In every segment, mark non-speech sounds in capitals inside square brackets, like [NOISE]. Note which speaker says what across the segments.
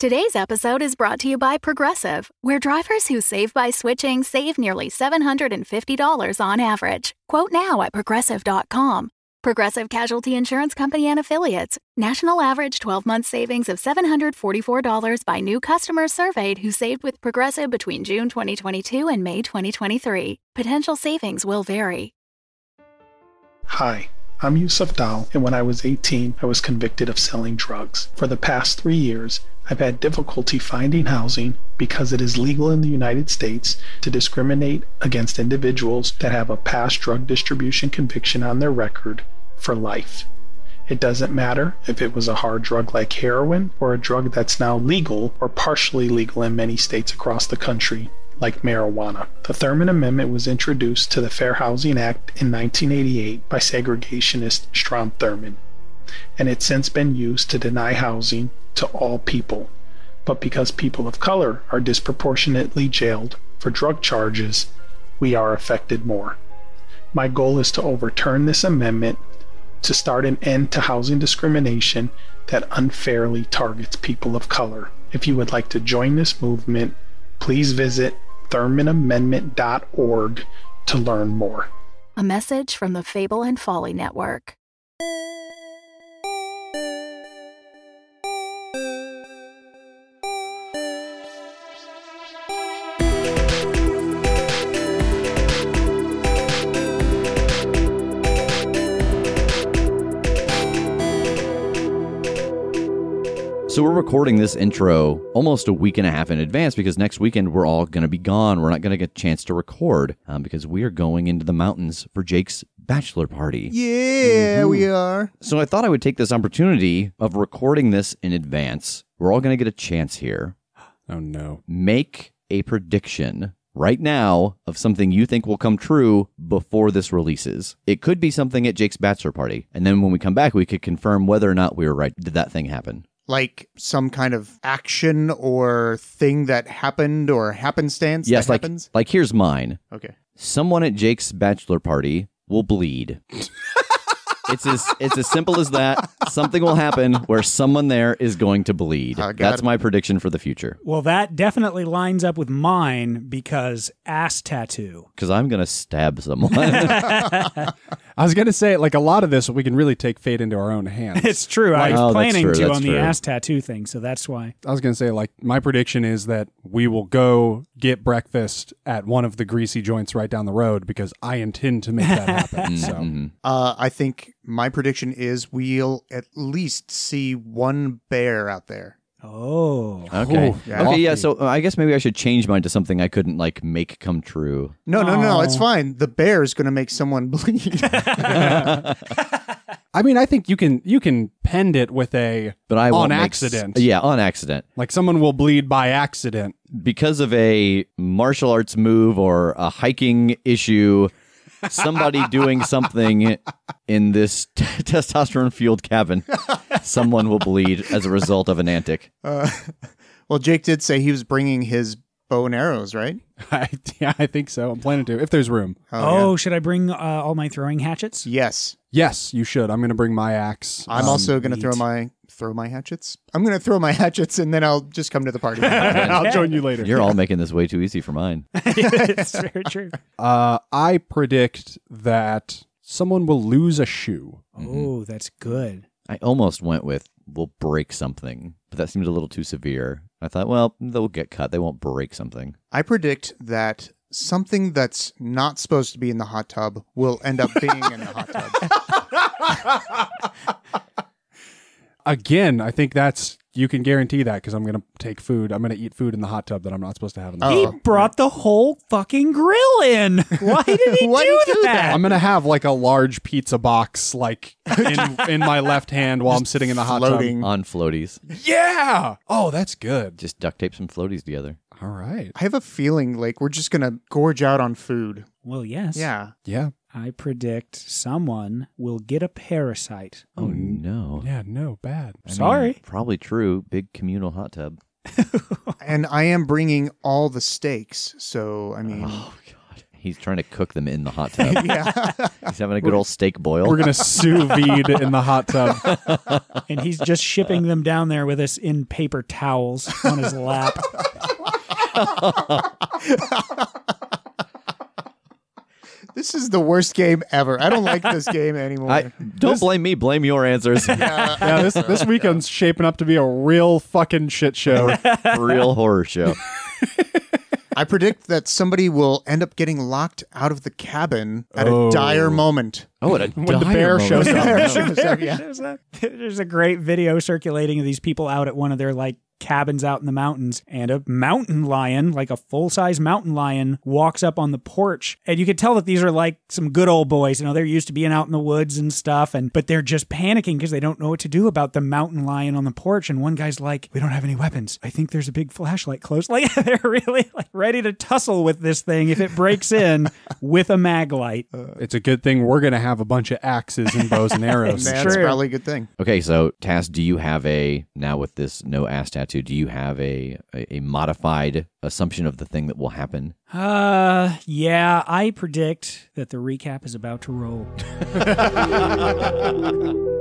Speaker 1: Today's episode is brought to you by Progressive, where drivers who save by switching save nearly $750 on average. Quote now at progressive.com. Progressive Casualty Insurance Company and Affiliates. National average 12 month savings of $744 by new customers surveyed who saved with Progressive between June 2022 and May 2023. Potential savings will vary.
Speaker 2: Hi, I'm Yusuf Dal, and when I was 18, I was convicted of selling drugs. For the past three years, I've had difficulty finding housing because it is legal in the United States to discriminate against individuals that have a past drug distribution conviction on their record for life. It doesn't matter if it was a hard drug like heroin or a drug that's now legal or partially legal in many states across the country like marijuana. The Thurman Amendment was introduced to the Fair Housing Act in 1988 by segregationist Strom Thurmond, and it's since been used to deny housing to all people. But because people of color are disproportionately jailed for drug charges, we are affected more. My goal is to overturn this amendment to start an end to housing discrimination that unfairly targets people of color. If you would like to join this movement, please visit ThurmanAmendment.org to learn more.
Speaker 1: A message from the Fable and Folly Network.
Speaker 3: So we're recording this intro almost a week and a half in advance because next weekend we're all going to be gone. We're not going to get a chance to record um, because we are going into the mountains for Jake's bachelor party.
Speaker 4: Yeah, we
Speaker 3: Mm-hmm.
Speaker 4: are.
Speaker 3: So I thought I would take this opportunity of recording this in advance. We're all going to get a chance here.
Speaker 5: Oh no.
Speaker 3: Make a prediction right now of something you think will come true before this releases. It could be something at Jake's bachelor party, and then when we come back, we could confirm whether or not we were right. Did that thing happen?
Speaker 4: Like some kind of action or thing that happened or happenstance
Speaker 3: yes,
Speaker 4: that
Speaker 3: like
Speaker 4: happens.
Speaker 3: like here's mine.
Speaker 4: Okay.
Speaker 3: someone at Jake's bachelor party will bleed. it's as it's as simple as that. Something will happen where someone there is going to bleed.
Speaker 4: Oh, God.
Speaker 3: That's my prediction for the future.
Speaker 6: Well, that definitely lines up with mine because ass tattoo. [LAUGHS]
Speaker 3: Because I'm gonna stab someone.
Speaker 5: I was gonna say like a lot of this we can really take fate into our own
Speaker 3: [LAUGHS]
Speaker 5: hands.
Speaker 6: It's true. I
Speaker 3: Like-
Speaker 6: was
Speaker 3: Oh, that's
Speaker 6: planning
Speaker 3: true,
Speaker 6: to
Speaker 3: that's
Speaker 6: on
Speaker 3: true.
Speaker 6: the ass tattoo thing, so that's why.
Speaker 5: I was gonna say like my prediction is that we will go get breakfast at one of the greasy joints right down the road because I intend to make
Speaker 3: [LAUGHS]
Speaker 5: that happen. so
Speaker 3: Mhm.
Speaker 4: Uh, I think my prediction is we'll at least see one bear out there.
Speaker 6: Oh.
Speaker 3: [LAUGHS] Okay.
Speaker 5: Ooh, yeah.
Speaker 3: Okay. Yeah.
Speaker 5: Lofty.
Speaker 3: So uh, I guess maybe I should change mine to something I couldn't like make come true.
Speaker 4: No, no, no,
Speaker 6: Aw.
Speaker 3: Oh.
Speaker 4: it's fine. The bear is going to make someone
Speaker 3: [LAUGHS]
Speaker 4: [LAUGHS] bleed.
Speaker 5: I mean I think you can you can pend it with a
Speaker 3: But I
Speaker 5: on
Speaker 3: won't make s-
Speaker 5: accident.
Speaker 3: yeah, on accident
Speaker 5: Like someone will bleed by accident. [LAUGHS]
Speaker 3: because of a martial arts move or a hiking issue. Somebody doing something in this t- testosterone fueled cabin, someone will bleed as a result of an antic.
Speaker 4: uh, well, Jake did say he was bringing his bow and arrows, right?
Speaker 5: I, yeah, I think so. I'm planning to if there's room.
Speaker 6: Oh,
Speaker 4: yeah.
Speaker 6: should I bring uh, all my throwing hatchets?
Speaker 4: [LAUGHS]
Speaker 6: [LAUGHS]
Speaker 4: yes.
Speaker 5: Yes, you should. I'm gonna bring my axe.
Speaker 4: I'm
Speaker 5: [LAUGHS] Um,
Speaker 4: also going to throw my throw my hatchets. I'm going to throw my [LAUGHS] hatchets and then I'll just come to
Speaker 3: [LAUGHS]
Speaker 4: the party.
Speaker 5: I'll join you later.
Speaker 3: You're all making this way too easy for mine.
Speaker 6: it's very true.
Speaker 5: Uh, I predict that someone will lose a shoe.
Speaker 6: Oh, that's good.
Speaker 3: I almost went with we'll break something, but that seemed a little too severe. I thought, well, they'll get cut. They won't break something.
Speaker 4: I predict that something that's not supposed to be in the hot tub will end up being in the
Speaker 5: [LAUGHS]
Speaker 4: hot tub.
Speaker 5: Again, I think that's you can guarantee that because I'm gonna take food. I'm gonna eat food in the hot tub that I'm not supposed to have in the.
Speaker 6: He
Speaker 4: Oh.
Speaker 6: brought the whole fucking grill in. [LAUGHS] Why did he
Speaker 4: Why'd
Speaker 6: do,
Speaker 4: he do that?
Speaker 5: I'm gonna have like a large pizza box like in, in my left hand while I'm sitting in the hot uh,
Speaker 4: Floating.
Speaker 3: On floaties.
Speaker 5: tub. Yeah. Oh, that's good.
Speaker 3: Just duct tape some floaties together.
Speaker 5: All right.
Speaker 4: I have a feeling like we're just going to gorge out on food.
Speaker 6: Well, yes.
Speaker 5: [LAUGHS]
Speaker 4: Yeah.
Speaker 5: Yeah.
Speaker 6: I predict someone will get a parasite.
Speaker 3: Oh, no.
Speaker 5: Yeah. No. Bad.
Speaker 3: I mean,
Speaker 6: Sorry.
Speaker 3: probably true. Big communal hot tub.
Speaker 4: And I am bringing all the steaks. So, I mean,
Speaker 3: Oh, God. He's trying to cook them in the
Speaker 5: [LAUGHS]
Speaker 3: hot tub.
Speaker 4: yeah.
Speaker 3: He's having a good old steak boil.
Speaker 5: We're gonna sous vide in the hot tub.
Speaker 6: and he's just shipping them down there with us in paper towels on his lap.
Speaker 4: This is the worst game ever. I don't like this
Speaker 5: [LAUGHS]
Speaker 4: game anymore.
Speaker 3: I, don't blame me. Blame your answers.
Speaker 5: Yeah, this this weekend's shaping up to be a real fucking shit show.
Speaker 3: [LAUGHS] Real horror show.
Speaker 4: I predict that somebody will end up getting locked out of the cabin at a dire moment.
Speaker 3: Oh, what a
Speaker 5: When the bear shows up.
Speaker 6: there's, a, there's a great video circulating of these people out at one of their like cabins out in the mountains and a mountain lion like a full-size mountain lion walks up on the porch and you can tell that these are like some good old boys you know they're used to being out in the woods and stuff and but they're just panicking because they don't know what to do about the mountain lion on the porch and one guy's like we don't have any weapons i think there's a big flashlight close [LAUGHS] like they're really like ready to tussle with this thing if it breaks in with a mag light
Speaker 5: It's a good thing we're gonna have a bunch of axes and bows and arrows.
Speaker 4: Man, That's
Speaker 6: true.
Speaker 4: probably a good thing.
Speaker 3: Okay, so Tass, do you have a now with this no ass tattoo? Do you have a, a a modified assumption of the thing that will happen?
Speaker 6: Uh, yeah, I predict that the recap is about to roll.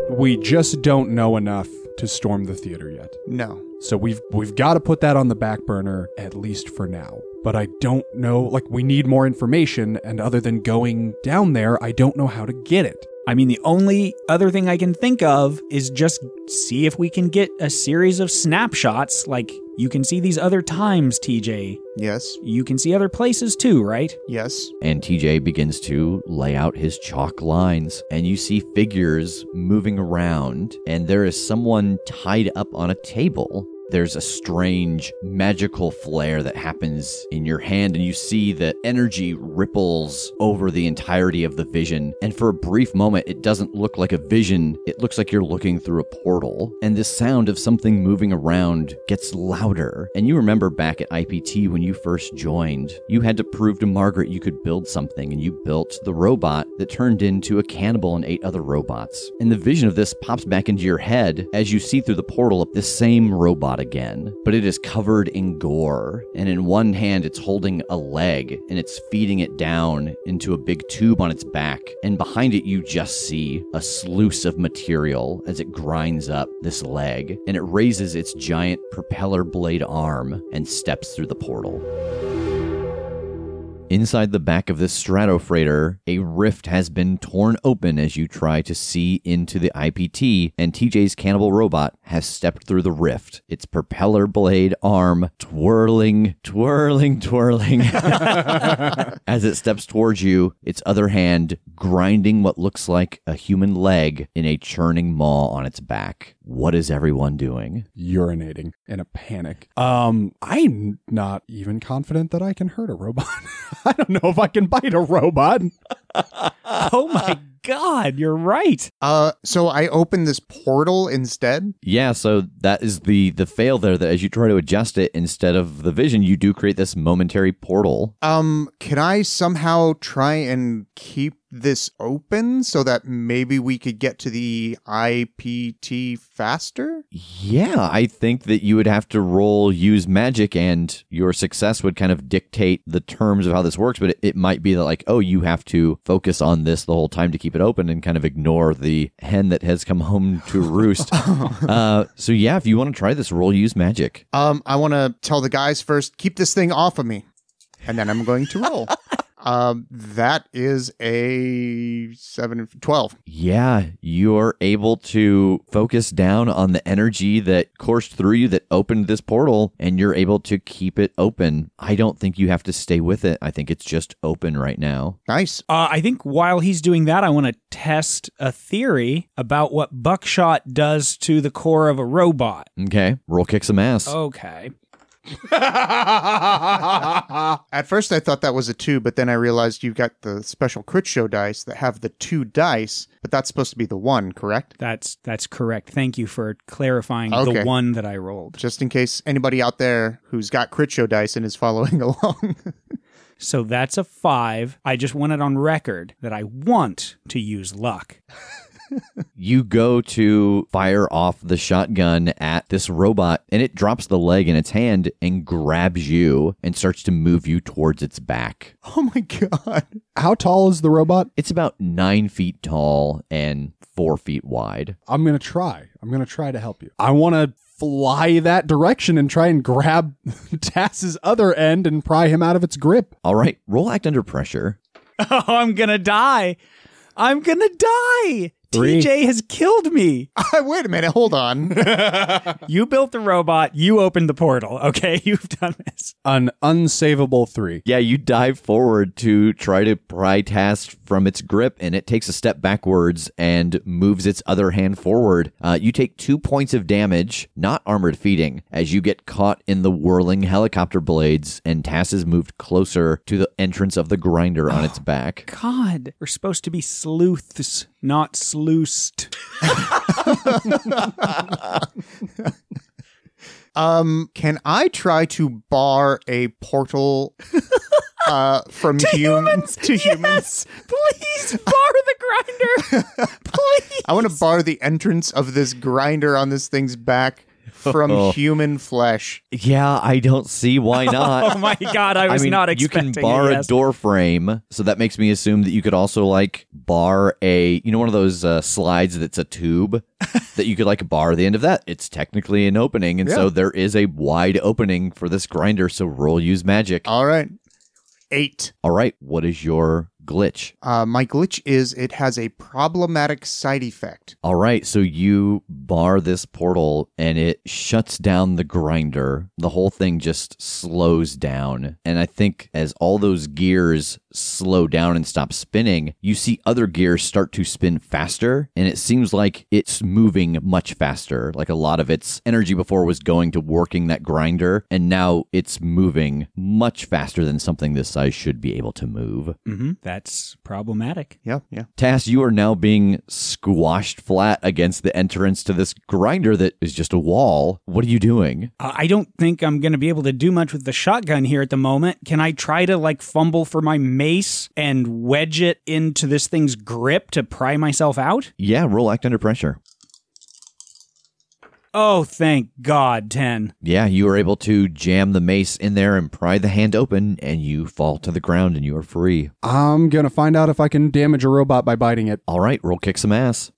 Speaker 5: We just don't know enough to storm the theater yet.
Speaker 4: No.
Speaker 5: So we've we've got to put that on the back burner at least for now. But I don't know like we need more information and other than going down there, I don't know how to get it.
Speaker 6: I mean, the only other thing I can think of is just see if we can get a series of snapshots. Like, you can see these other times, TJ.
Speaker 4: Yes.
Speaker 6: You can see other places too, right?
Speaker 4: Yes.
Speaker 3: And TJ begins to lay out his chalk lines, and you see figures moving around, and there is someone tied up on a table. There's a strange magical flare that happens in your hand, and you see the energy ripples over the entirety of the vision. And for a brief moment, it doesn't look like a vision, it looks like you're looking through a portal. And the sound of something moving around gets louder. And you remember back at IPT when you first joined, you had to prove to Margaret you could build something, and you built the robot that turned into a cannibal and ate other robots. And the vision of this pops back into your head as you see through the portal of this same robot again, but it is covered in gore. And in one hand, it's holding a leg and it's feeding it down into a big tube on its back. And behind it, you just see a sluice of material as it grinds up this leg and it raises its giant propeller blade arm and steps through the portal. Inside the back of this stratofreighter, a rift has been torn open as you try to see into the IPT, and TJ's cannibal robot has stepped through the rift, its propeller blade arm twirling, twirling, twirling as it steps towards you, its other hand grinding what looks like a human leg in a churning maw on its back. What is everyone doing?
Speaker 5: Urinating in a panic. Um, I'm not even confident that I can hurt a robot. [LAUGHS] I don't know if I can bite
Speaker 4: [LAUGHS]
Speaker 5: a robot. [LAUGHS]
Speaker 6: Oh my god, you're right.
Speaker 4: Uh, so I open this portal instead.
Speaker 3: Yeah, so that is the the fail there that as you try to adjust it instead of the vision, you do create this momentary portal.
Speaker 4: Um, can I somehow try and keep this open so that maybe we could get to the IPT faster?
Speaker 3: Yeah, I think that you would have to roll use magic and your success would kind of dictate the terms of how this works, but it, it might be that like, oh, you have to focus on this the whole time to keep it open and kind of ignore the hen that has come home to roost. uh, so yeah, if you want to try this, roll use magic.
Speaker 4: Um, I want to tell the guys first, keep this thing off of me, and then I'm going to roll. um, that is a seven, 12.
Speaker 3: Yeah, you're able to focus down on the energy that coursed through you that opened this portal, and you're able to keep it open. I don't think you have to stay with it. I think it's just open right now.
Speaker 4: Nice.
Speaker 6: Uh, I think while he's doing that, I want to test a theory about what buckshot does to the core of a robot.
Speaker 3: Okay, roll kick some ass.
Speaker 6: Oh. Okay.
Speaker 4: At first, I thought that was a two, but then I realized you've got the special crit show dice that have the two dice, but that's supposed to be the one, correct?
Speaker 6: That's that's correct. Thank you for clarifying
Speaker 4: Okay.
Speaker 6: the one that I rolled.
Speaker 4: Just in case anybody out there who's got crit show dice and is following [LAUGHS] along.
Speaker 6: So that's a five. I just want it on record that I want to use luck. [LAUGHS]
Speaker 3: you go to fire off the shotgun at this robot and it drops the leg in its hand and grabs you and starts to move you towards its back.
Speaker 4: Oh my god.
Speaker 5: How tall is the robot?
Speaker 3: It's about nine feet tall and four feet wide.
Speaker 5: I'm going to try. I'm going to try to help you. I want to fly that direction and try and grab [LAUGHS] Tass's other end and pry him out of its grip.
Speaker 3: All right, roll act under pressure.
Speaker 6: Oh, I'm gonna die. I'm gonna die.
Speaker 5: Three.
Speaker 6: TJ has killed me. [LAUGHS]
Speaker 4: Wait a minute, hold on. [LAUGHS]
Speaker 6: You built the robot. You opened the portal. [LAUGHS] Okay, you've done this.
Speaker 5: An unsavable three.
Speaker 3: Yeah, you dive forward to try to pry Task from its grip, and it takes a step backwards and moves its other hand forward. Uh, you take two points of damage, not armored feeding, as you get caught in the whirling helicopter blades, and Task is moved closer to the entrance of the grinder on its back.
Speaker 6: God, we're supposed to be sleuths, not sluiced.
Speaker 4: Um, can I try to bar a portal uh from humans [LAUGHS]
Speaker 6: [LAUGHS]
Speaker 4: to humans?
Speaker 6: Please bar the [LAUGHS] grinder. Please.
Speaker 4: I want to bar the entrance of this grinder on this thing's back from human flesh.
Speaker 3: Yeah, I don't see why not.
Speaker 6: Oh my God, I was not expecting
Speaker 3: You can bar
Speaker 6: it,
Speaker 3: a
Speaker 6: yes.
Speaker 3: door frame, so that makes me assume that you could also like bar a, you know, one of those uh, slides that's a
Speaker 6: [LAUGHS]
Speaker 3: tube that you could like bar the end of that. It's technically an opening, and so there is a wide opening for this grinder. So roll use
Speaker 6: Uh,
Speaker 3: magic.
Speaker 4: All right. 8.
Speaker 3: All right, what is your glitch?
Speaker 4: Uh my glitch is it has a problematic side effect.
Speaker 3: All right, so you bar this portal and it shuts down the grinder. The whole thing just slows down. And I think as all those gears slow down and stop spinning, you see other gears start to spin faster. And it seems like it's moving much faster. Like a lot of its energy before was going to working that grinder. And now it's moving much faster than something this size should be able to move.
Speaker 6: Mm-hmm. That's problematic.
Speaker 4: Yeah, [LAUGHS] yeah.
Speaker 3: Tass, you are now being squashed flat against the entrance to this grinder that is just a wall. What are you doing?
Speaker 6: Uh, I don't think I'm going to be able to do much with the shotgun here at the moment. Can I try to like fumble for my mace and wedge it into this thing's grip to pry myself out?
Speaker 3: Yeah, roll act under pressure.
Speaker 6: Oh, thank God, 10.
Speaker 3: Yeah, you are able to jam the mace in there and pry the hand open, and you fall to the ground and you are free.
Speaker 5: I'm going to find out if I can damage a robot by biting it.
Speaker 3: All right, roll kick some ass.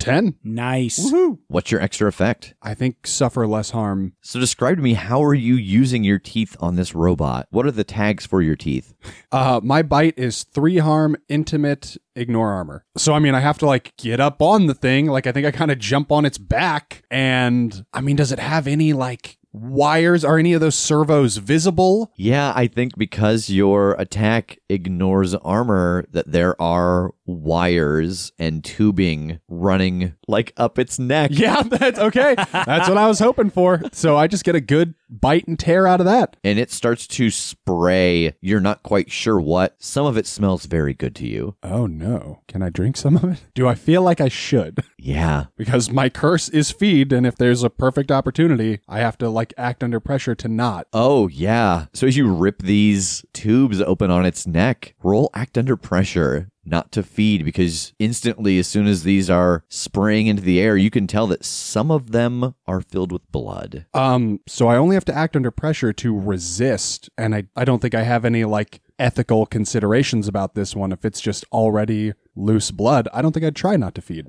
Speaker 5: 10.
Speaker 6: Nice.
Speaker 3: What's your extra effect?
Speaker 5: I think suffer less harm.
Speaker 3: So, describe to me how are you using your teeth on this robot? What are the tags for your teeth?
Speaker 5: Uh, my bite is three harm, intimate, ignore armor. So I mean, I have to like get up on the thing. Like I think I kind of jump on its back, and I mean, does it have any like wires? Are any of those servos visible?
Speaker 3: Yeah, I think because your attack ignores armor, that there are wires and tubing running like up its neck.
Speaker 5: [LAUGHS] Yeah, that's okay. That's what I was hoping for. So I just get a good bite and tear out of that.
Speaker 3: And it starts to spray. You're not quite sure what. Some of it smells very good to you.
Speaker 5: Oh no! Can I drink some of it? Do I feel like I should? [LAUGHS]
Speaker 3: Yeah.
Speaker 5: Because my curse is feed, and if there's a perfect opportunity, I have to like act under pressure to not.
Speaker 3: Oh, yeah. So as you rip these tubes open on its neck, roll act under pressure. Not to feed because instantly, as soon as these are spraying into the air, you can tell that some of them are filled with blood.
Speaker 5: Um, so I only have to act under pressure to resist, and I, I don't think I have any like ethical considerations about this one. If it's just already loose blood, I don't think I'd try not to feed.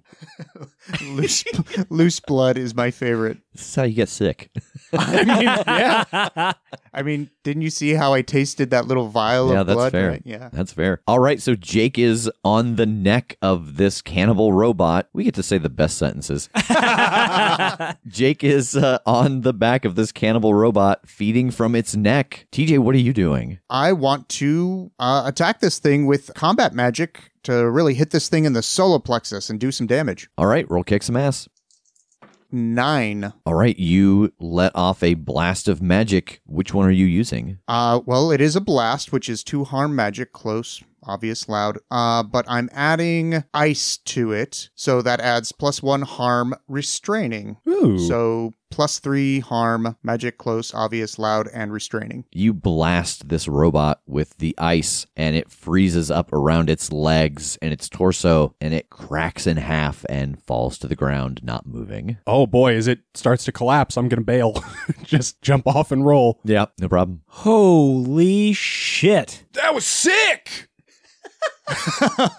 Speaker 4: Loose, loose blood is my favorite.
Speaker 3: This is how you get sick.
Speaker 4: I mean, yeah. I mean, didn't you see how I tasted that little vial
Speaker 3: yeah,
Speaker 4: of
Speaker 3: that's
Speaker 4: blood?
Speaker 3: fair.
Speaker 4: Right, Yeah.
Speaker 3: that's fair. All right, so Jake is on the neck of this cannibal robot. We get to say the best
Speaker 4: [LAUGHS]
Speaker 3: sentences. Jake is uh, on the back of this cannibal robot, feeding from its neck. TJ, what are you doing?
Speaker 4: I want to uh, attack this thing with combat magic to really hit this thing in the solar plexus and do some damage.
Speaker 3: All right, roll kick some ass.
Speaker 4: Nine.
Speaker 3: All right, you let off a blast of magic. Which one are you using?
Speaker 4: Uh, well, it is a blast, which is two harm magic, close obvious loud. Uh, but I'm adding ice to it, so that adds plus one harm restraining.
Speaker 5: Ooh.
Speaker 4: So plus three harm, magic, close, obvious, loud, and restraining. [LAUGHS]
Speaker 3: You blast this robot with the ice, and it freezes up around its legs and its torso, and it cracks in half and falls to the ground, not moving.
Speaker 5: oh boy, as it starts to collapse, I'm gonna bail. [LAUGHS] Just jump off and roll.
Speaker 3: Yeah, no [LAUGHS] problem.
Speaker 6: Holy shit.
Speaker 5: That was sick.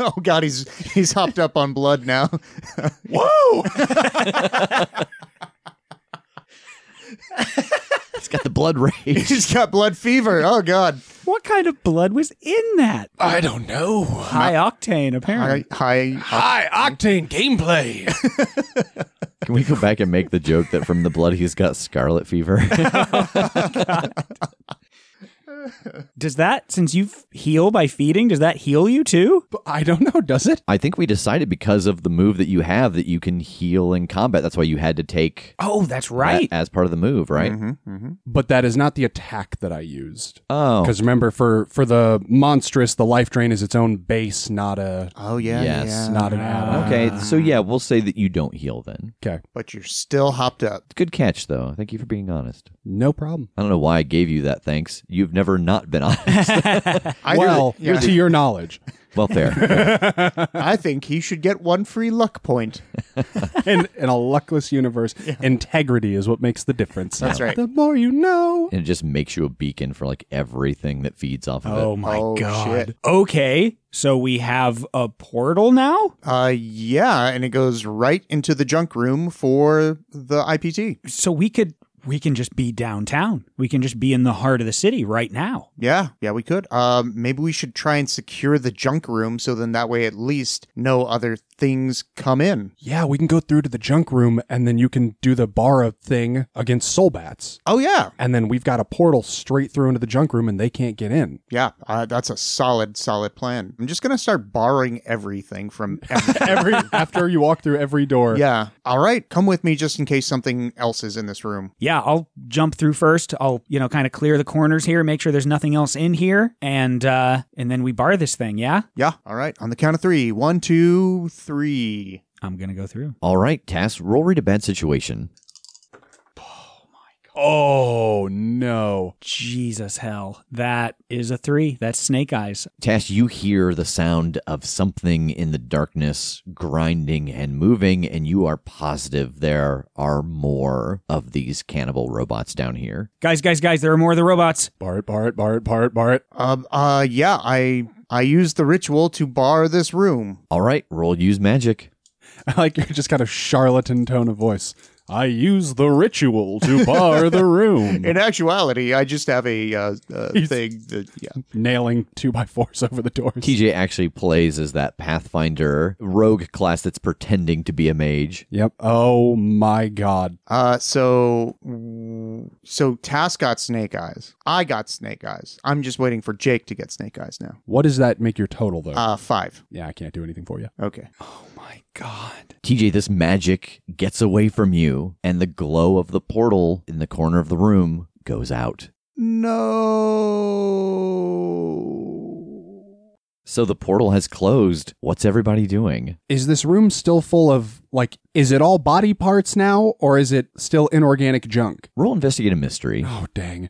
Speaker 4: oh God, he's he's hopped up on blood now.
Speaker 5: Whoa.
Speaker 3: It's got the blood rage.
Speaker 4: [LAUGHS] he's got blood fever. Oh God,
Speaker 6: What kind of blood was in that?
Speaker 5: I don't know.
Speaker 6: High octane,
Speaker 4: high,
Speaker 6: apparently.
Speaker 4: high
Speaker 5: High octane gameplay.
Speaker 3: Can we go back and make the joke that from the blood he's got scarlet [LAUGHS] fever?
Speaker 6: Does that, since you heal by feeding, does that heal you too?
Speaker 5: [LAUGHS] But I don't know. Does it?
Speaker 3: I think we decided because of the move that you have that you can heal in combat. That's why you had to take
Speaker 6: Oh, that's
Speaker 3: that
Speaker 6: right.
Speaker 3: as part of the move, right?
Speaker 5: But that is not the attack that I used.
Speaker 3: Oh,
Speaker 5: Because remember, for for the monstrous, the life drain is its own base, not a
Speaker 4: Oh yeah,
Speaker 3: Yes,
Speaker 4: yeah.
Speaker 5: not an add-on.
Speaker 3: Ah, okay. So yeah, we'll say that you don't heal then.
Speaker 4: but you're still hopped up.
Speaker 3: Good catch, though. Thank you for being honest.
Speaker 5: No problem.
Speaker 3: I don't know why I gave you that. Thanks. You've never not been [LAUGHS] honest.
Speaker 4: I
Speaker 5: well,
Speaker 4: yeah.
Speaker 5: to your knowledge,
Speaker 3: well, fair.
Speaker 4: I think he should get one free luck point.
Speaker 5: in, in a luckless universe, integrity is what makes the difference.
Speaker 4: That's right.
Speaker 5: The more you know.
Speaker 3: and it just makes you a beacon for like everything that feeds off of
Speaker 6: Oh
Speaker 3: it.
Speaker 6: my
Speaker 4: Oh,
Speaker 6: god.
Speaker 4: shit.
Speaker 6: Okay, so we have a portal now?
Speaker 4: Uh, yeah, and it goes right into the junk room for the IPT.
Speaker 6: So we could we can just be downtown. We can just be in the heart of the city right now.
Speaker 4: Yeah, yeah, we could. Um, maybe we should try and secure the junk room so then that way at least no other things come in.
Speaker 5: Yeah, we can go through to the junk room, and then you can do the Bara thing against soul bats,
Speaker 4: Oh yeah,
Speaker 5: and then we've got a portal straight through into the junk room, and they can't get in.
Speaker 4: yeah. Uh, that's a solid, solid plan. I'm just gonna start borrowing everything from every- [LAUGHS]
Speaker 5: Every after you walk through every door.
Speaker 4: yeah. All right, come with me just in case something else is in this room.
Speaker 6: Yeah, I'll jump through first. I'll, you know, kind of clear the corners here, make sure there's nothing else in here, and uh and then we bar this thing, yeah?
Speaker 4: Yeah. All right. On the count of three. One, two, three.
Speaker 6: I'm going to go through.
Speaker 3: All right, Tass, roll read a bad situation.
Speaker 5: Oh no.
Speaker 6: Jesus hell. That is a 3. That's snake eyes.
Speaker 3: Tash, you hear the sound of something in the darkness grinding and moving, and you are positive there are more of these cannibal robots down here.
Speaker 6: Guys, guys, guys, there are more of the robots.
Speaker 5: Bart, Bart, Bart, Bart, Bart. [LAUGHS]
Speaker 4: Um. Uh. Yeah. I. I used the ritual to bar this room.
Speaker 3: All right, roll use magic.
Speaker 5: I like your just kind of charlatan tone of voice. I use the ritual to bar the room.
Speaker 4: In actuality, I just have a uh, uh, thing that yeah.
Speaker 5: Nailing two by fours over the doors.
Speaker 3: TJ actually plays as that Pathfinder rogue class that's pretending to be a mage.
Speaker 5: Yep. Oh my god.
Speaker 4: Uh, so so Tass got snake eyes. I got snake eyes. I'm just waiting for Jake to get snake eyes now.
Speaker 5: What does that make your total though?
Speaker 4: Uh, five.
Speaker 5: yeah, I can't do anything for you.
Speaker 4: Okay.
Speaker 6: My god.
Speaker 3: TJ, this magic gets away from you, and the glow of the portal in the corner of the room goes out.
Speaker 4: No.
Speaker 3: So the portal has closed. What's everybody doing?
Speaker 5: Is this room still full of like is it all body parts now or is it still inorganic junk?
Speaker 3: Roll investigate a mystery.
Speaker 5: Oh dang.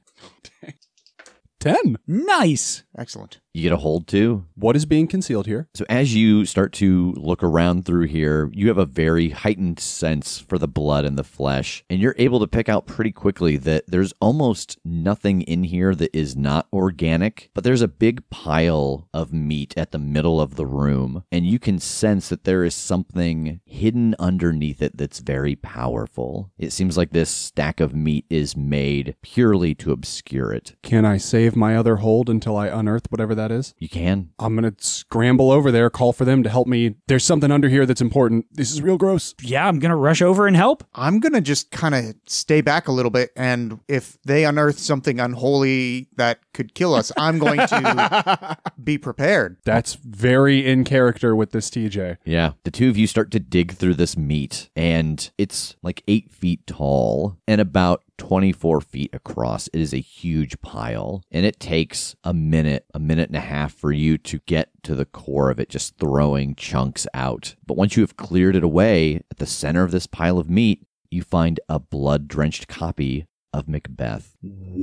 Speaker 5: Ten.
Speaker 6: Nice.
Speaker 4: Excellent.
Speaker 3: You get a hold too.
Speaker 5: What is being concealed here?
Speaker 3: So as you start to look around through here, you have a very heightened sense for the blood and the flesh, and you're able to pick out pretty quickly that there's almost nothing in here that is not organic, but there's a big pile of meat at the middle of the room, and you can sense that there is something hidden underneath it that's very powerful. It seems like this stack of meat is made purely to obscure it.
Speaker 5: Can I save my other hold until I unearth whatever that is?
Speaker 3: You can
Speaker 5: I'm gonna scramble over there, call for them to help me. There's something under here that's important. This is real gross.
Speaker 6: Yeah, I'm going to rush over and help.
Speaker 4: I'm gonna just kind of stay back a little bit, and if they unearth something unholy that could kill us, I'm going to be prepared.
Speaker 5: That's very in character with this TJ.
Speaker 3: Yeah. The two of you start to dig through this meat, and it's like eight feet tall and about 24 feet across. It is a huge pile, and it takes a minute, a minute and a half for you to get to the core of it, just throwing chunks out. But once you have cleared it away, at the center of this pile of meat, you find a blood drenched copy of Macbeth.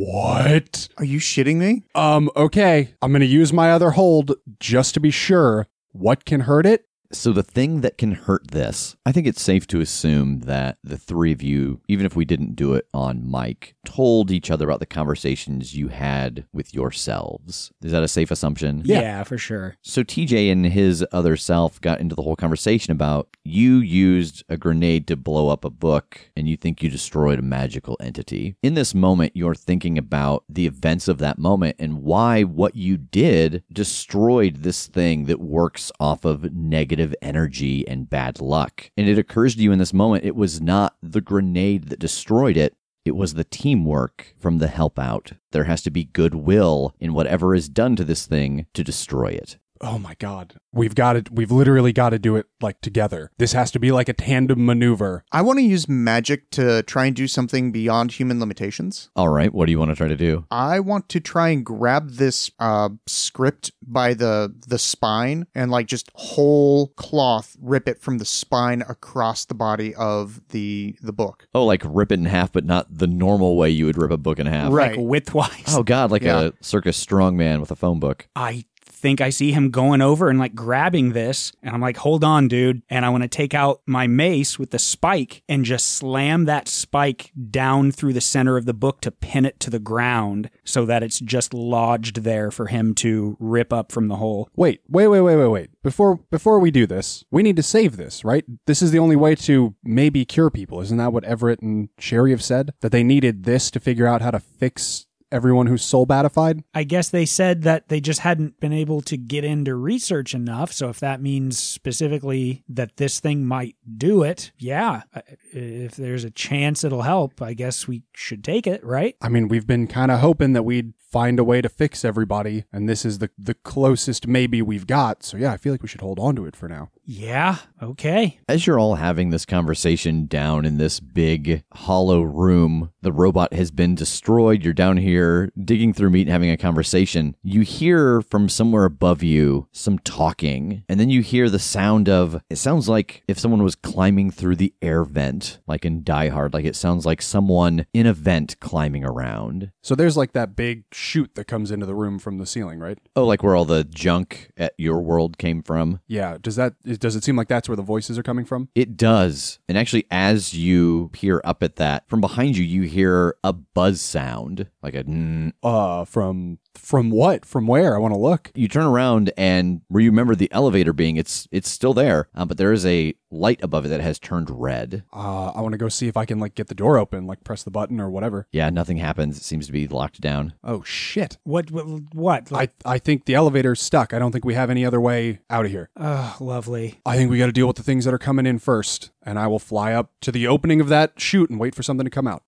Speaker 5: What?
Speaker 4: Are you shitting me?
Speaker 5: Um, okay. I'm going to use my other hold just to be sure. What can hurt it?
Speaker 3: So, the thing that can hurt this, I think it's safe to assume that the three of you, even if we didn't do it on mic, told each other about the conversations you had with yourselves. Is that a safe assumption?
Speaker 6: Yeah, for sure.
Speaker 3: So TJ and his other self got into the whole conversation about you used a grenade to blow up a book and you think you destroyed a magical entity. In this moment, you're thinking about the events of that moment and why what you did destroyed this thing that works off of negative energy and bad luck. And it occurs to you in this moment it was not the grenade that destroyed it. It was the teamwork from the help out. There has to be goodwill in whatever is done to this thing to destroy it.
Speaker 5: Oh my God. We've got it. We've literally got to do it like together. This has to be like a tandem maneuver.
Speaker 4: I want to use magic to try and do something beyond human limitations.
Speaker 3: All right, what do you want to try to do?
Speaker 4: I want to try and grab this uh, script by the the spine and like just whole cloth rip it from the spine across the body of the the book.
Speaker 3: Oh, like rip it in half, but not the normal way you would rip a book in half.
Speaker 4: Right.
Speaker 6: Like widthwise.
Speaker 3: Oh, God, like
Speaker 4: Yeah.
Speaker 3: a circus strongman with a phone book.
Speaker 6: I think I see him going over and like grabbing this, and I'm like, hold on, dude. And I want to take out my mace with the spike and just slam that spike down through the center of the book to pin it to the ground so that it's just lodged there for him to rip up from the hole.
Speaker 5: Wait, wait, wait, wait, wait, wait. Before before we do this, we need to save this, right? This is the only way to maybe cure people. Isn't that what Everett and Sherry have said? That they needed this to figure out how to fix everyone who's soul batified?
Speaker 6: I guess they said that they just hadn't been able to get into research enough. So if that means specifically that this thing might do it, yeah, I- if there's a chance it'll help, I guess we should take it, right?
Speaker 5: I mean, we've been kind of hoping that we'd find a way to fix everybody, and this is the the closest maybe we've got. So yeah, I feel like we should hold on to it for now.
Speaker 6: Yeah, okay.
Speaker 3: As you're all having this conversation down in this big hollow room, the robot has been destroyed. You're down here digging through meat and having a conversation. You hear from somewhere above you some talking, and then you hear the sound of it sounds like if someone was climbing through the air vent, like in Die Hard, like it sounds like someone in a vent climbing around.
Speaker 5: So there's like that big chute that comes into the room from the ceiling, right?
Speaker 3: Oh, like where all the junk at your world came from?
Speaker 5: Yeah. Does that does it seem like that's where the voices are coming from?
Speaker 3: It does. And actually, as you peer up at that, from behind you, you hear a buzz sound, like a. mm.
Speaker 5: Uh, from from what? From where? I want to look.
Speaker 3: You turn around and where you remember the elevator being, it's it's still there, um, but there is a light above it that has turned red.
Speaker 5: Uh, I want to go see if I can like get the door open, like press the button or whatever.
Speaker 3: Yeah, nothing happens. It seems to be locked down.
Speaker 5: Oh shit.
Speaker 6: What? What? what?
Speaker 5: I,
Speaker 6: Like,
Speaker 5: I think the elevator's stuck. I don't think we have any other way out of here.
Speaker 6: oh, lovely.
Speaker 5: I think we got to deal with the things that are coming in first, and I will fly up to the opening of that chute and wait for something to come out.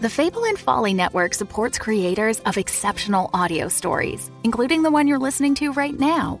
Speaker 1: The Fable and Folly Network supports creators of exceptional audio stories, including the one you're listening to right now.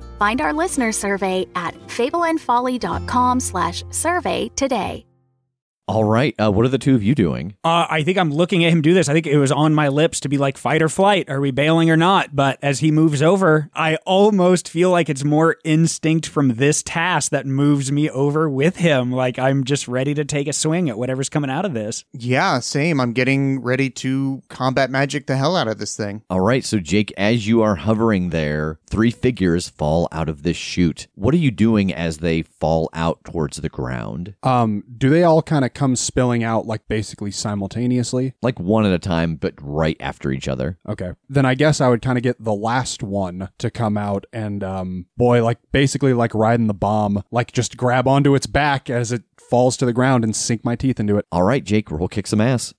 Speaker 1: Find our listener survey at fableandfolly.com/survey today.
Speaker 3: All right, uh, what are the two of you doing?
Speaker 6: Uh, I think I'm looking at him do this. I think it was on my lips to be like fight or flight. Are we bailing or not? But as he moves over, I almost feel like it's more instinct from this task that moves me over with him. Like I'm just ready to take a swing at whatever's coming out of this.
Speaker 4: Yeah, same. I'm getting ready to combat magic the hell out of this thing.
Speaker 3: All right, so Jake, as you are hovering there, three figures fall out of this chute. What are you doing as they fall out towards the ground?
Speaker 5: Um, do they all kind of come spilling out like basically simultaneously?
Speaker 3: like one at a time, but right after each other.
Speaker 5: Okay. Then I guess I would kind of get the last one to come out and um boy like basically like riding the bomb, like just grab onto its back as it falls to the ground and sink my teeth into it.
Speaker 3: All right, Jake, roll kick some ass.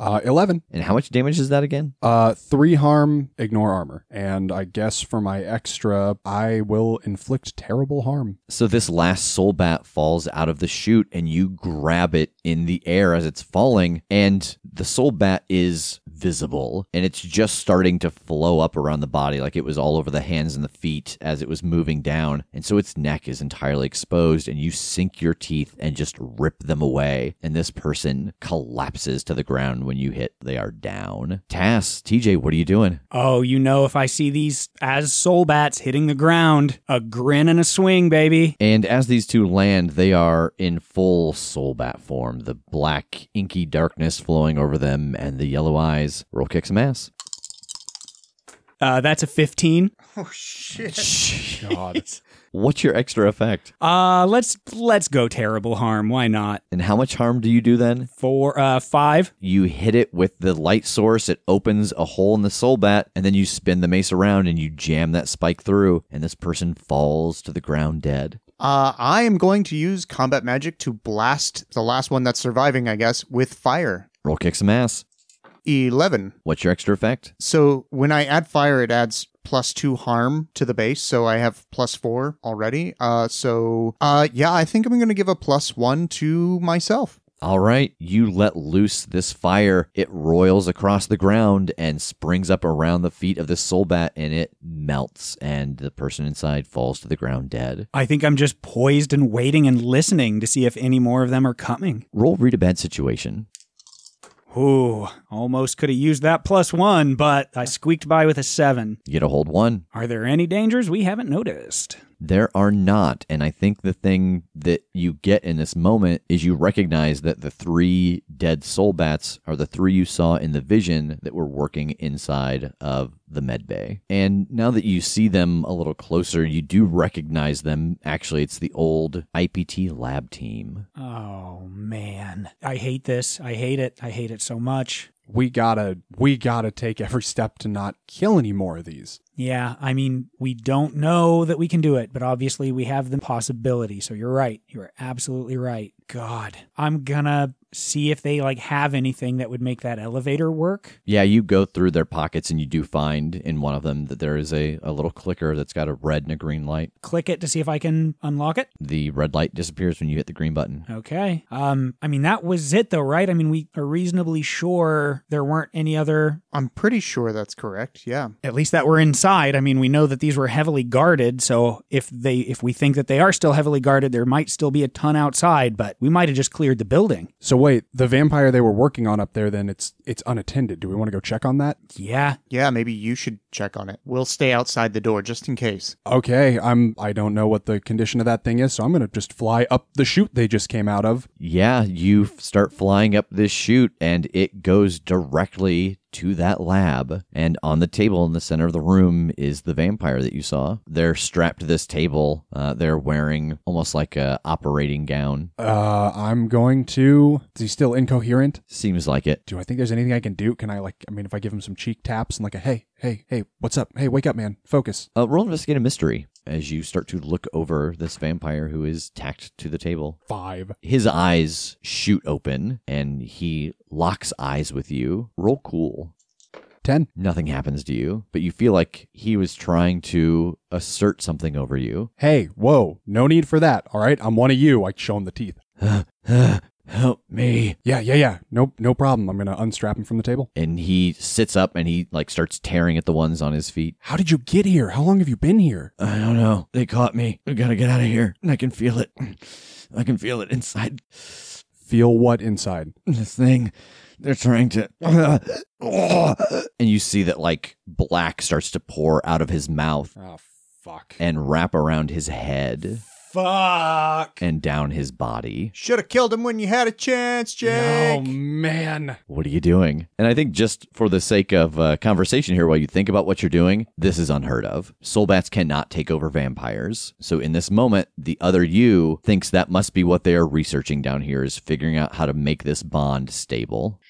Speaker 5: Uh, 11.
Speaker 3: And how much damage is that again?
Speaker 5: Uh, three harm, ignore armor. And I guess for my extra, I will inflict terrible harm.
Speaker 3: So this last soul bat falls out of the chute and you grab it in the air as it's falling and the soul bat is visible and it's just starting to flow up around the body like it was all over the hands and the feet as it was moving down and so its neck is entirely exposed and you sink your teeth and just rip them away and this person collapses to the ground when you hit they are down. Tass, TJ, what are you doing?
Speaker 6: Oh, you know, if I see these as soul bats hitting the ground, a grin and a swing, baby.
Speaker 3: And as these two land, they are in full soul bat form, the black, inky darkness flowing over them and the yellow eyes. Roll kick some ass.
Speaker 6: Uh, that's a 15.
Speaker 4: Oh shit.
Speaker 5: God.
Speaker 3: What's your extra effect?
Speaker 6: Uh, let's let's go terrible harm. Why not?
Speaker 3: And how much harm do you do then?
Speaker 6: Four, uh, five.
Speaker 3: You hit it with the light source, it opens a hole in the soul bat, and then you spin the mace around and you jam that spike through, and this person falls to the ground dead.
Speaker 4: Uh, I am going to use combat magic to blast the last one that's surviving, I guess, with fire.
Speaker 3: Roll kick some ass.
Speaker 4: 11.
Speaker 3: What's your extra effect?
Speaker 4: So when I add fire, it adds plus two harm to the base. So I have plus four already. Uh, so uh, yeah, I think I'm going to give a plus one to myself.
Speaker 3: All right, you let loose this fire. It roils across the ground and springs up around the feet of the soul bat, and it melts, and the person inside falls to the ground dead.
Speaker 6: I think I'm just poised and waiting and listening to see if any more of them are coming.
Speaker 3: Roll read a bad situation.
Speaker 6: Ooh, almost could have used that plus one, but I squeaked by with a seven.
Speaker 3: You get a hold one.
Speaker 6: Are there any dangers we haven't noticed?
Speaker 3: There are not. And I think the thing that you get in this moment is you recognize that the three dead soul bats are the three you saw in the vision that were working inside of the med bay. And now that you see them a little closer, you do recognize them. Actually, it's the old IPT lab team.
Speaker 6: Oh man, I hate this. I hate it. I hate it so much.
Speaker 5: we gotta, we gotta take every step to not kill any more of these.
Speaker 6: Yeah, I mean, we don't know that we can do it, but obviously we have the possibility. So you're right. You're absolutely right. God, I'm gonna see if they like have anything that would make that elevator work.
Speaker 3: Yeah, you go through their pockets and you do find in one of them that there is a, a little clicker that's got a red and a green light.
Speaker 6: Click it to see if I can unlock it.
Speaker 3: The red light disappears when you hit the green button.
Speaker 6: Okay. Um I mean that was it though, right? I mean we are reasonably sure there weren't any other
Speaker 4: I'm pretty sure that's correct. Yeah.
Speaker 6: at least that were inside. I mean, we know that these were heavily guarded, so if they if we think that they are still heavily guarded, there might still be a ton outside, but we might have just cleared the building.
Speaker 5: So wait, the vampire they were working on up there, then it's it's unattended. Do we want to go check on that?
Speaker 6: Yeah.
Speaker 4: Yeah, maybe you should check on it. We'll stay outside the door just in case.
Speaker 5: Okay, I'm I don't know what the condition of that thing is, so I'm gonna just fly up the chute they just came out of.
Speaker 3: Yeah, you f- start flying up this chute and it goes directly to that lab. And on the table in the center of the room is the vampire that you saw. They're strapped to this table. Uh, they're wearing almost like a operating gown.
Speaker 5: Uh I'm going to Is he still incoherent?
Speaker 3: Seems like it.
Speaker 5: Do I think there's anything I can do? Can I like I mean if I give him some cheek taps and like a hey, hey, hey, what's up? Hey, wake up, man. Focus.
Speaker 3: Uh, roll investigate a mystery as you start to look over this vampire who is tacked to the table.
Speaker 5: Five.
Speaker 3: His eyes shoot open and he locks eyes with you. Roll cool.
Speaker 5: Ten.
Speaker 3: Nothing happens to you, but you feel like he was trying to assert something over you.
Speaker 5: Hey, whoa, no need for that. All right, I'm one of you. I show him the teeth.
Speaker 3: [SIGHS] Help me.
Speaker 5: Yeah, yeah, yeah. Nope, no problem. I'm gonna unstrap him from the table.
Speaker 3: And he sits up and he like starts tearing at the ones on his feet.
Speaker 5: How did you get here? How long have you been here?
Speaker 3: I don't know. They caught me. I gotta get out of here. I can feel it. I can feel it inside
Speaker 5: Feel what inside?
Speaker 3: this thing. They're trying to. [SIGHS] And you see that like black starts to pour out of his mouth
Speaker 5: Oh fuck.
Speaker 3: and wrap around his head
Speaker 5: Fuck.
Speaker 3: and down his body.
Speaker 4: Should have killed him when you had a chance,
Speaker 5: Oh
Speaker 4: Jake.
Speaker 5: man.
Speaker 3: What are you doing? And I think just for the sake of uh, conversation here, while you think about what you're doing, this is unheard of. Soul bats cannot take over vampires. So in this moment, the other you thinks that must be what they are researching down here is figuring out how to make this bond stable.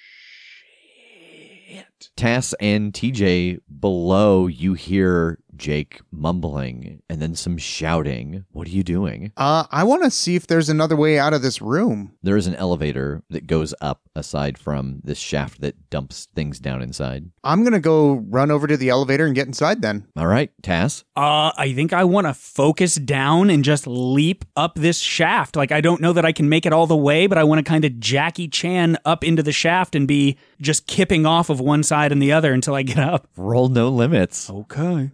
Speaker 3: Tass and TJ below, you hear Jake mumbling and then some shouting. What are you doing?
Speaker 4: Uh, I want to see if there's another way out of this room.
Speaker 3: There is an elevator that goes up aside from this shaft that dumps things down inside.
Speaker 4: I'm going to go run over to the elevator and get inside then.
Speaker 3: All right, Tass.
Speaker 6: Uh, I think I want to focus down and just leap up this shaft. Like, I don't know that I can make it all the way, but I want to kind of Jackie Chan up into the shaft and be just kipping off of one side and the other until I get up.
Speaker 3: Roll no
Speaker 6: Oh.
Speaker 3: limits.
Speaker 6: Okay.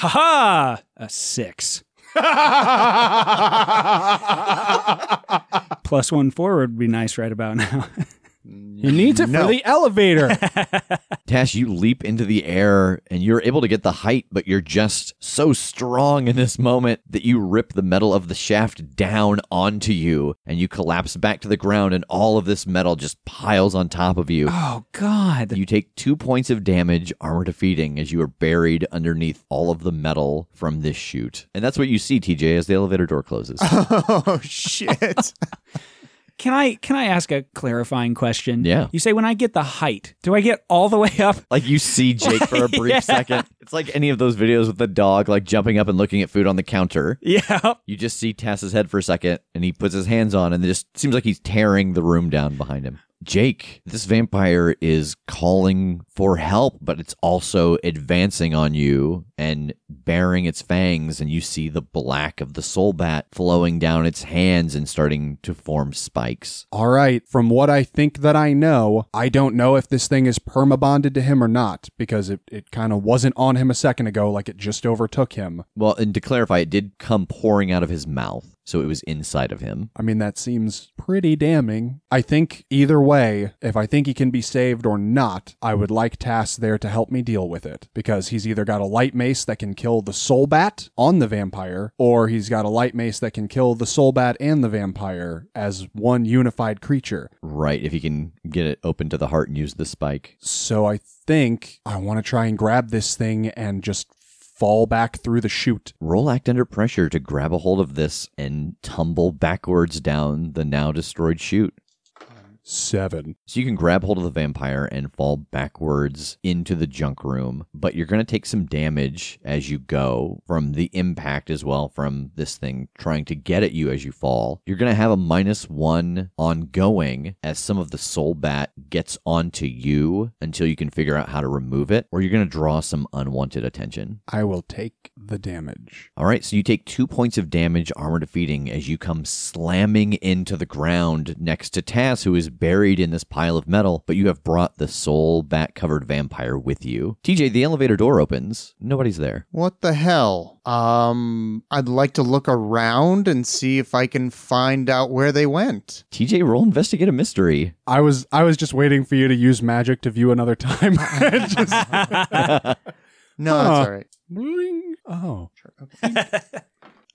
Speaker 6: Haha! A [LAUGHS] six. Plus one forward would be nice right about now. [LAUGHS]
Speaker 5: He needs it
Speaker 4: No.
Speaker 5: for the elevator.
Speaker 3: Tash, you leap into the air and you're able to get the height, but you're just so strong in this moment that you rip the metal of the shaft down onto you and you collapse back to the ground, and all of this metal just piles on top of you.
Speaker 6: oh, God.
Speaker 3: You take two points of damage, armor defeating, as you are buried underneath all of the metal from this chute. And that's what you see, TJ, as the elevator door closes.
Speaker 4: oh, shit.
Speaker 6: Can I can I ask a clarifying question?
Speaker 3: Yeah.
Speaker 6: You say when I get the height, do I get all the [LAUGHS] way up?
Speaker 3: like you see Jake for a brief
Speaker 6: Yeah.
Speaker 3: second. It's like any of those videos with the dog, like jumping up and looking at food on the counter.
Speaker 6: Yeah.
Speaker 3: You just see Tass's head for a second, and he puts his hands on, and it just seems like he's tearing the room down behind him. Jake, this vampire is calling for help, but it's also advancing on you and baring its fangs, and you see the black of the soul bat flowing down its hands and starting to form spikes.
Speaker 5: All right, from what I think that I know, I don't know if this thing is permabonded to him or not because it, it kind of wasn't on him a second ago, like it just overtook him.
Speaker 3: Well, and to clarify, it did come pouring out of his mouth, so it was inside of him.
Speaker 5: I mean, that seems pretty damning. I think either way, if I think he can be saved or not, I would like Tass there to help me deal with it because he's either got a light mace that can kill the soul bat on the vampire, or he's got a light mace that can kill the soul bat and the vampire as one unified creature.
Speaker 3: Right, if he can get it open to the heart and use the spike.
Speaker 5: So I think I want to try and grab this thing and just fall back through the chute.
Speaker 3: Roll act under pressure to grab a hold of this and tumble backwards down the now destroyed chute.
Speaker 5: Seven.
Speaker 3: So you can grab hold of the vampire and fall backwards into the junk room, but you're going to take some damage as you go from the impact as well from this thing trying to get at you as you fall. You're going to have a minus one ongoing as some of the soul bat gets onto you until you can figure out how to remove it, or you're going to draw some unwanted attention.
Speaker 5: I will take the damage.
Speaker 3: All right, so you take two points of damage, armor defeating, as you come slamming into the ground next to Tass, who is buried in this pile of metal, but you have brought the soul bat covered vampire with you. TJ, the elevator door opens. Nobody's there.
Speaker 4: What the hell? Um, I'd like to look around and see if I can find out where they went.
Speaker 3: TJ, roll investigate a mystery.
Speaker 5: I was I was just waiting for you to use magic to view another time. [LAUGHS] Just-
Speaker 4: No,
Speaker 5: Huh.
Speaker 4: that's all right.
Speaker 5: Bling. Oh.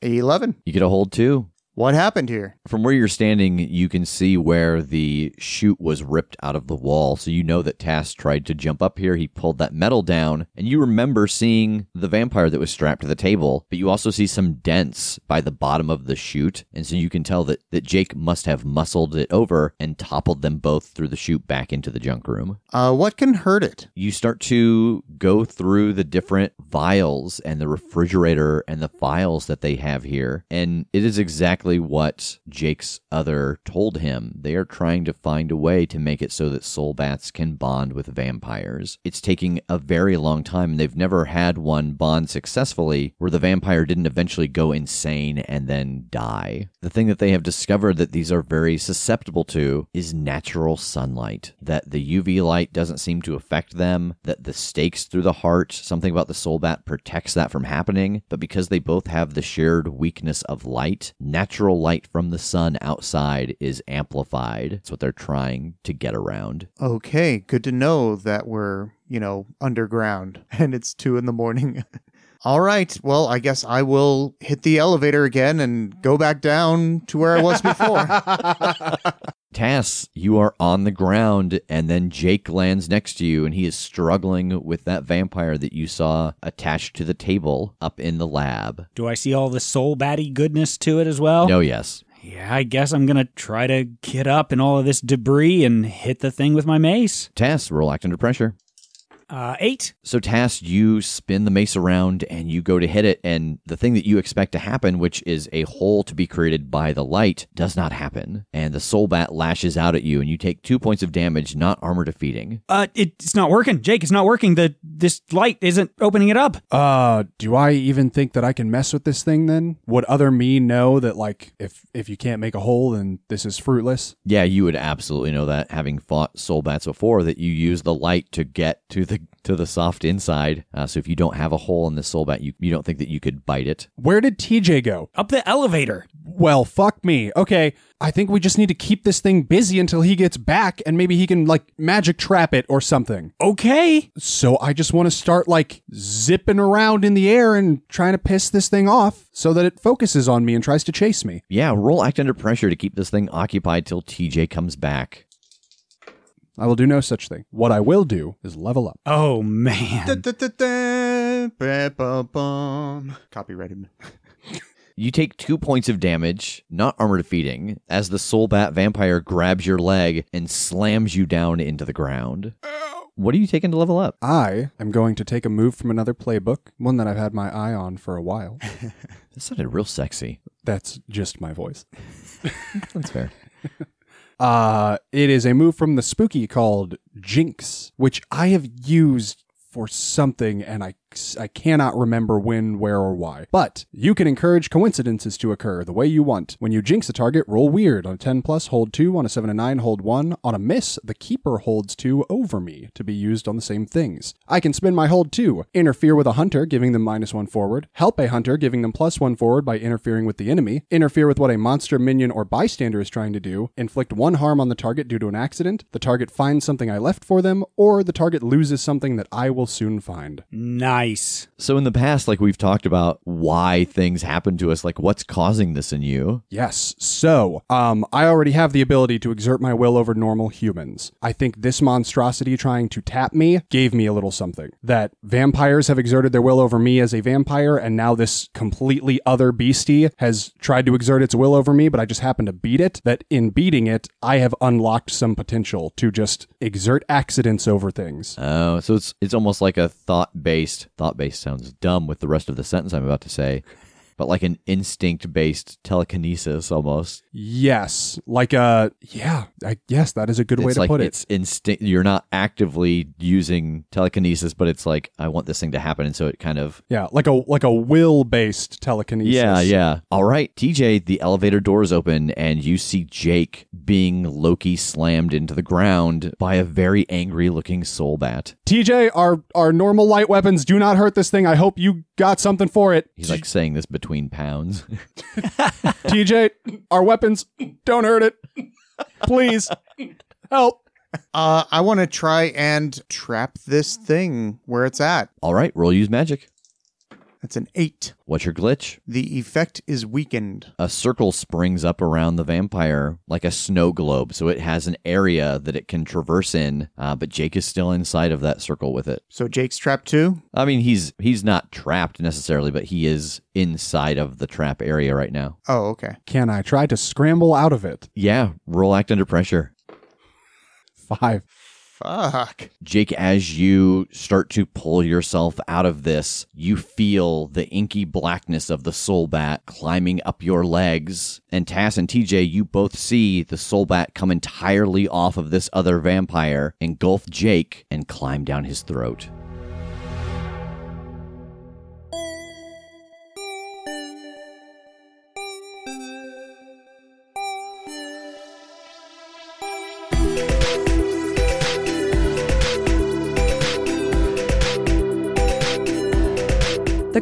Speaker 4: 11.
Speaker 3: You get a hold too.
Speaker 4: What happened here?
Speaker 3: From where you're standing, you can see where the chute was ripped out of the wall. So you know that Tass tried to jump up here. He pulled that metal down. And you remember seeing the vampire that was strapped to the table, but you also see some dents by the bottom of the chute. And so you can tell that, that Jake must have muscled it over and toppled them both through the chute back into the junk room
Speaker 4: Uh, what can hurt it?
Speaker 3: you start to go through the different vials and the refrigerator and the files that they have here. And it is exactly what Jake's other told him. They are trying to find a way to make it so that soul bats can bond with vampires. It's taking a very long time, and they've never had one bond successfully where the vampire didn't eventually go insane and then die. The thing that they have discovered that these are very susceptible to is natural sunlight, that the UV light doesn't seem to affect them, that the stakes through the heart, something about the soul bat protects that from happening, but because they both have the shared weakness of light, natural light from the sun outside is amplified. That's what they're trying to get around.
Speaker 4: Okay, good to know that we're, you know, underground [LAUGHS] and it's two in the morning. [LAUGHS] All right, well, I guess I will hit the elevator again and go back down to where I was before.
Speaker 3: Tass, you are on the ground, and then Jake lands next to you, and he is struggling with that vampire that you saw attached to the table up in the lab.
Speaker 6: Do I see all the soul batty goodness to it as well?
Speaker 3: No, yes.
Speaker 6: Yeah, I guess I'm gonna try to get up in all of this debris and hit the thing with my mace.
Speaker 3: Tass, roll act under pressure.
Speaker 6: Uh, eight.
Speaker 3: So, Tass, you spin the mace around and you go to hit it, and the thing that you expect to happen, which is a hole to be created by the light, does not happen. And the soul bat lashes out at you, and you take two points of damage, not armor defeating.
Speaker 6: Uh, it, it's not working, Jake. It's not working. The this light isn't opening it up.
Speaker 5: Uh, do I even think that I can mess with this thing then? Would other me know that like if if you can't make a hole then this is fruitless?
Speaker 3: Yeah, you would absolutely know that, having fought soul bats before, that you use the light to get to the to the soft inside. Uh, so, if you don't have a hole in the soul bat, you, you don't think that you could bite it.
Speaker 5: Where did TJ go?
Speaker 6: Up the elevator.
Speaker 5: Well, fuck me. Okay, I think we just need to keep this thing busy until he gets back and maybe he can like magic trap it or something.
Speaker 6: Okay.
Speaker 5: So I just want to start like zipping around in the air and trying to piss this thing off so that it focuses on me and tries to chase me.
Speaker 3: Yeah, roll act under pressure to keep this thing occupied till TJ comes back.
Speaker 5: I will do no such thing. What I will do is level up.
Speaker 6: Oh man.
Speaker 4: Da-da-da-da, ba-ba-bum. Copyrighted.
Speaker 3: You take two points of damage, not armor defeating, as the soul bat vampire grabs your leg and slams you down into the ground. What are you taking to level up?
Speaker 5: I am going to take a move from another playbook, one that I've had my eye on for a while.
Speaker 3: That sounded real sexy.
Speaker 5: That's just my voice.
Speaker 3: That's fair.
Speaker 5: Uh, it is a move from the spooky called Jinx, which I have used for something and I, I cannot remember when, where, or why. But you can encourage coincidences to occur the way you want. When you jinx a target, roll weird. On a 10 plus, hold 2. On a 7 and 9, hold 1. On a miss, the keeper holds 2 over me to be used on the same things. I can spin my hold 2. Interfere with a hunter, giving them minus 1 forward. Help a hunter, giving them plus 1 forward by interfering with the enemy. Interfere with what a monster, minion, or bystander is trying to do. Inflict 1 harm on the target due to an accident. The target finds something I left for them, or the target loses something that I will soon find.
Speaker 6: Nice.
Speaker 3: So, in the past, like we've talked about why things happen to us, like what's causing this in you.
Speaker 5: Yes. So, um, I already have the ability to exert my will over normal humans. I think this monstrosity trying to tap me gave me a little something. That vampires have exerted their will over me as a vampire, and now this completely other beastie has tried to exert its will over me, but I just happen to beat it. That in beating it, I have unlocked some potential to just exert accidents over things.
Speaker 3: Oh, so it's it's almost like a thought based thought based sounds dumb with the rest of the sentence I'm about to say, but like an instinct based telekinesis almost.
Speaker 5: Yes. Like, uh, yeah. I, yes, that is a good way
Speaker 3: it's
Speaker 5: to
Speaker 3: like
Speaker 5: put it.
Speaker 3: it's instinct. You're not actively using telekinesis, but it's like I want this thing to happen, and so it kind of.
Speaker 5: Yeah, like a like a will based telekinesis.
Speaker 3: Yeah, yeah. All right, TJ. The elevator doors open, and you see Jake being Loki slammed into the ground by a very angry looking soul bat.
Speaker 5: TJ, our our normal light weapons do not hurt this thing. I hope you got something for it.
Speaker 3: He's like saying this between pounds. [LAUGHS]
Speaker 5: TJ, our weapons don't hurt it. Please help.
Speaker 4: Uh, I want to try and trap this thing where it's at.
Speaker 3: All right, roll use magic.
Speaker 4: That's an eight.
Speaker 3: What's your glitch?
Speaker 4: The effect is weakened.
Speaker 3: a circle springs up around the vampire like a snow globe. So it has an area that it can traverse in, uh, but Jake is still inside of that circle with it.
Speaker 4: So Jake's trapped too.
Speaker 3: I mean, he's he's not trapped necessarily, but he is inside of the trap area right now.
Speaker 4: Oh, okay.
Speaker 5: Can I try to scramble out of it?
Speaker 3: Yeah, roll act under pressure.
Speaker 5: Five.
Speaker 4: Fuck.
Speaker 3: Jake, as you start to pull yourself out of this, you feel the inky blackness of the soul bat climbing up your legs. And Tass and TJ, you both see the soul bat come entirely off of this other vampire, engulf Jake, and climb down his throat.
Speaker 7: The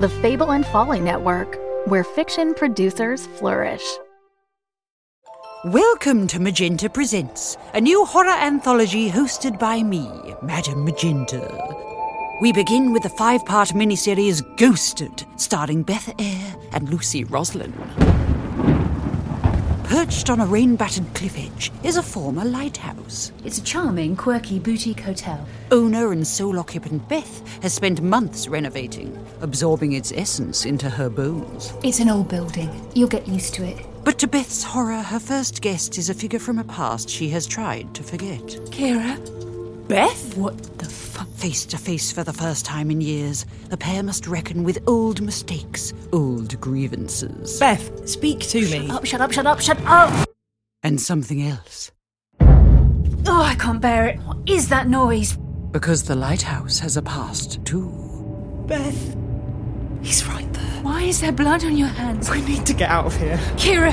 Speaker 1: The Fable and Folly Network, where fiction producers flourish.
Speaker 8: Welcome to Magenta Presents, a new horror anthology hosted by me, Madame Magenta. We begin with the five part miniseries Ghosted, starring Beth Eyre and Lucy Roslin. Perched on a rain battered cliff edge is a former lighthouse.
Speaker 9: It's a charming, quirky boutique hotel.
Speaker 8: Owner and sole occupant Beth has spent months renovating, absorbing its essence into her bones.
Speaker 9: It's an old building. You'll get used to it.
Speaker 8: But to Beth's horror, her first guest is a figure from a past she has tried to forget.
Speaker 9: Kira?
Speaker 8: Beth?
Speaker 9: What the fuck?
Speaker 8: Face to face for the first time in years, the pair must reckon with old mistakes, old grievances,
Speaker 10: Beth, speak to me.
Speaker 9: Up, shut up, shut up, shut up!
Speaker 8: and something else.
Speaker 9: Oh, I can't bear it. What is that noise?
Speaker 8: Because the lighthouse has a past, too.
Speaker 10: Beth, he's right there.
Speaker 9: Why is there blood on your hands?
Speaker 10: We need to get out of here.
Speaker 9: Kira!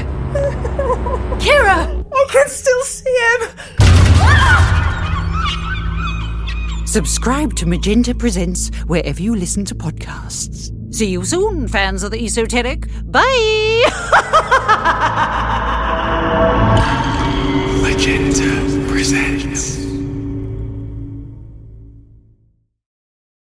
Speaker 9: Kira!
Speaker 10: I can still see him.
Speaker 8: Subscribe to Magenta Presents wherever you listen to podcasts. See you soon, fans of the esoteric. Bye! [LAUGHS]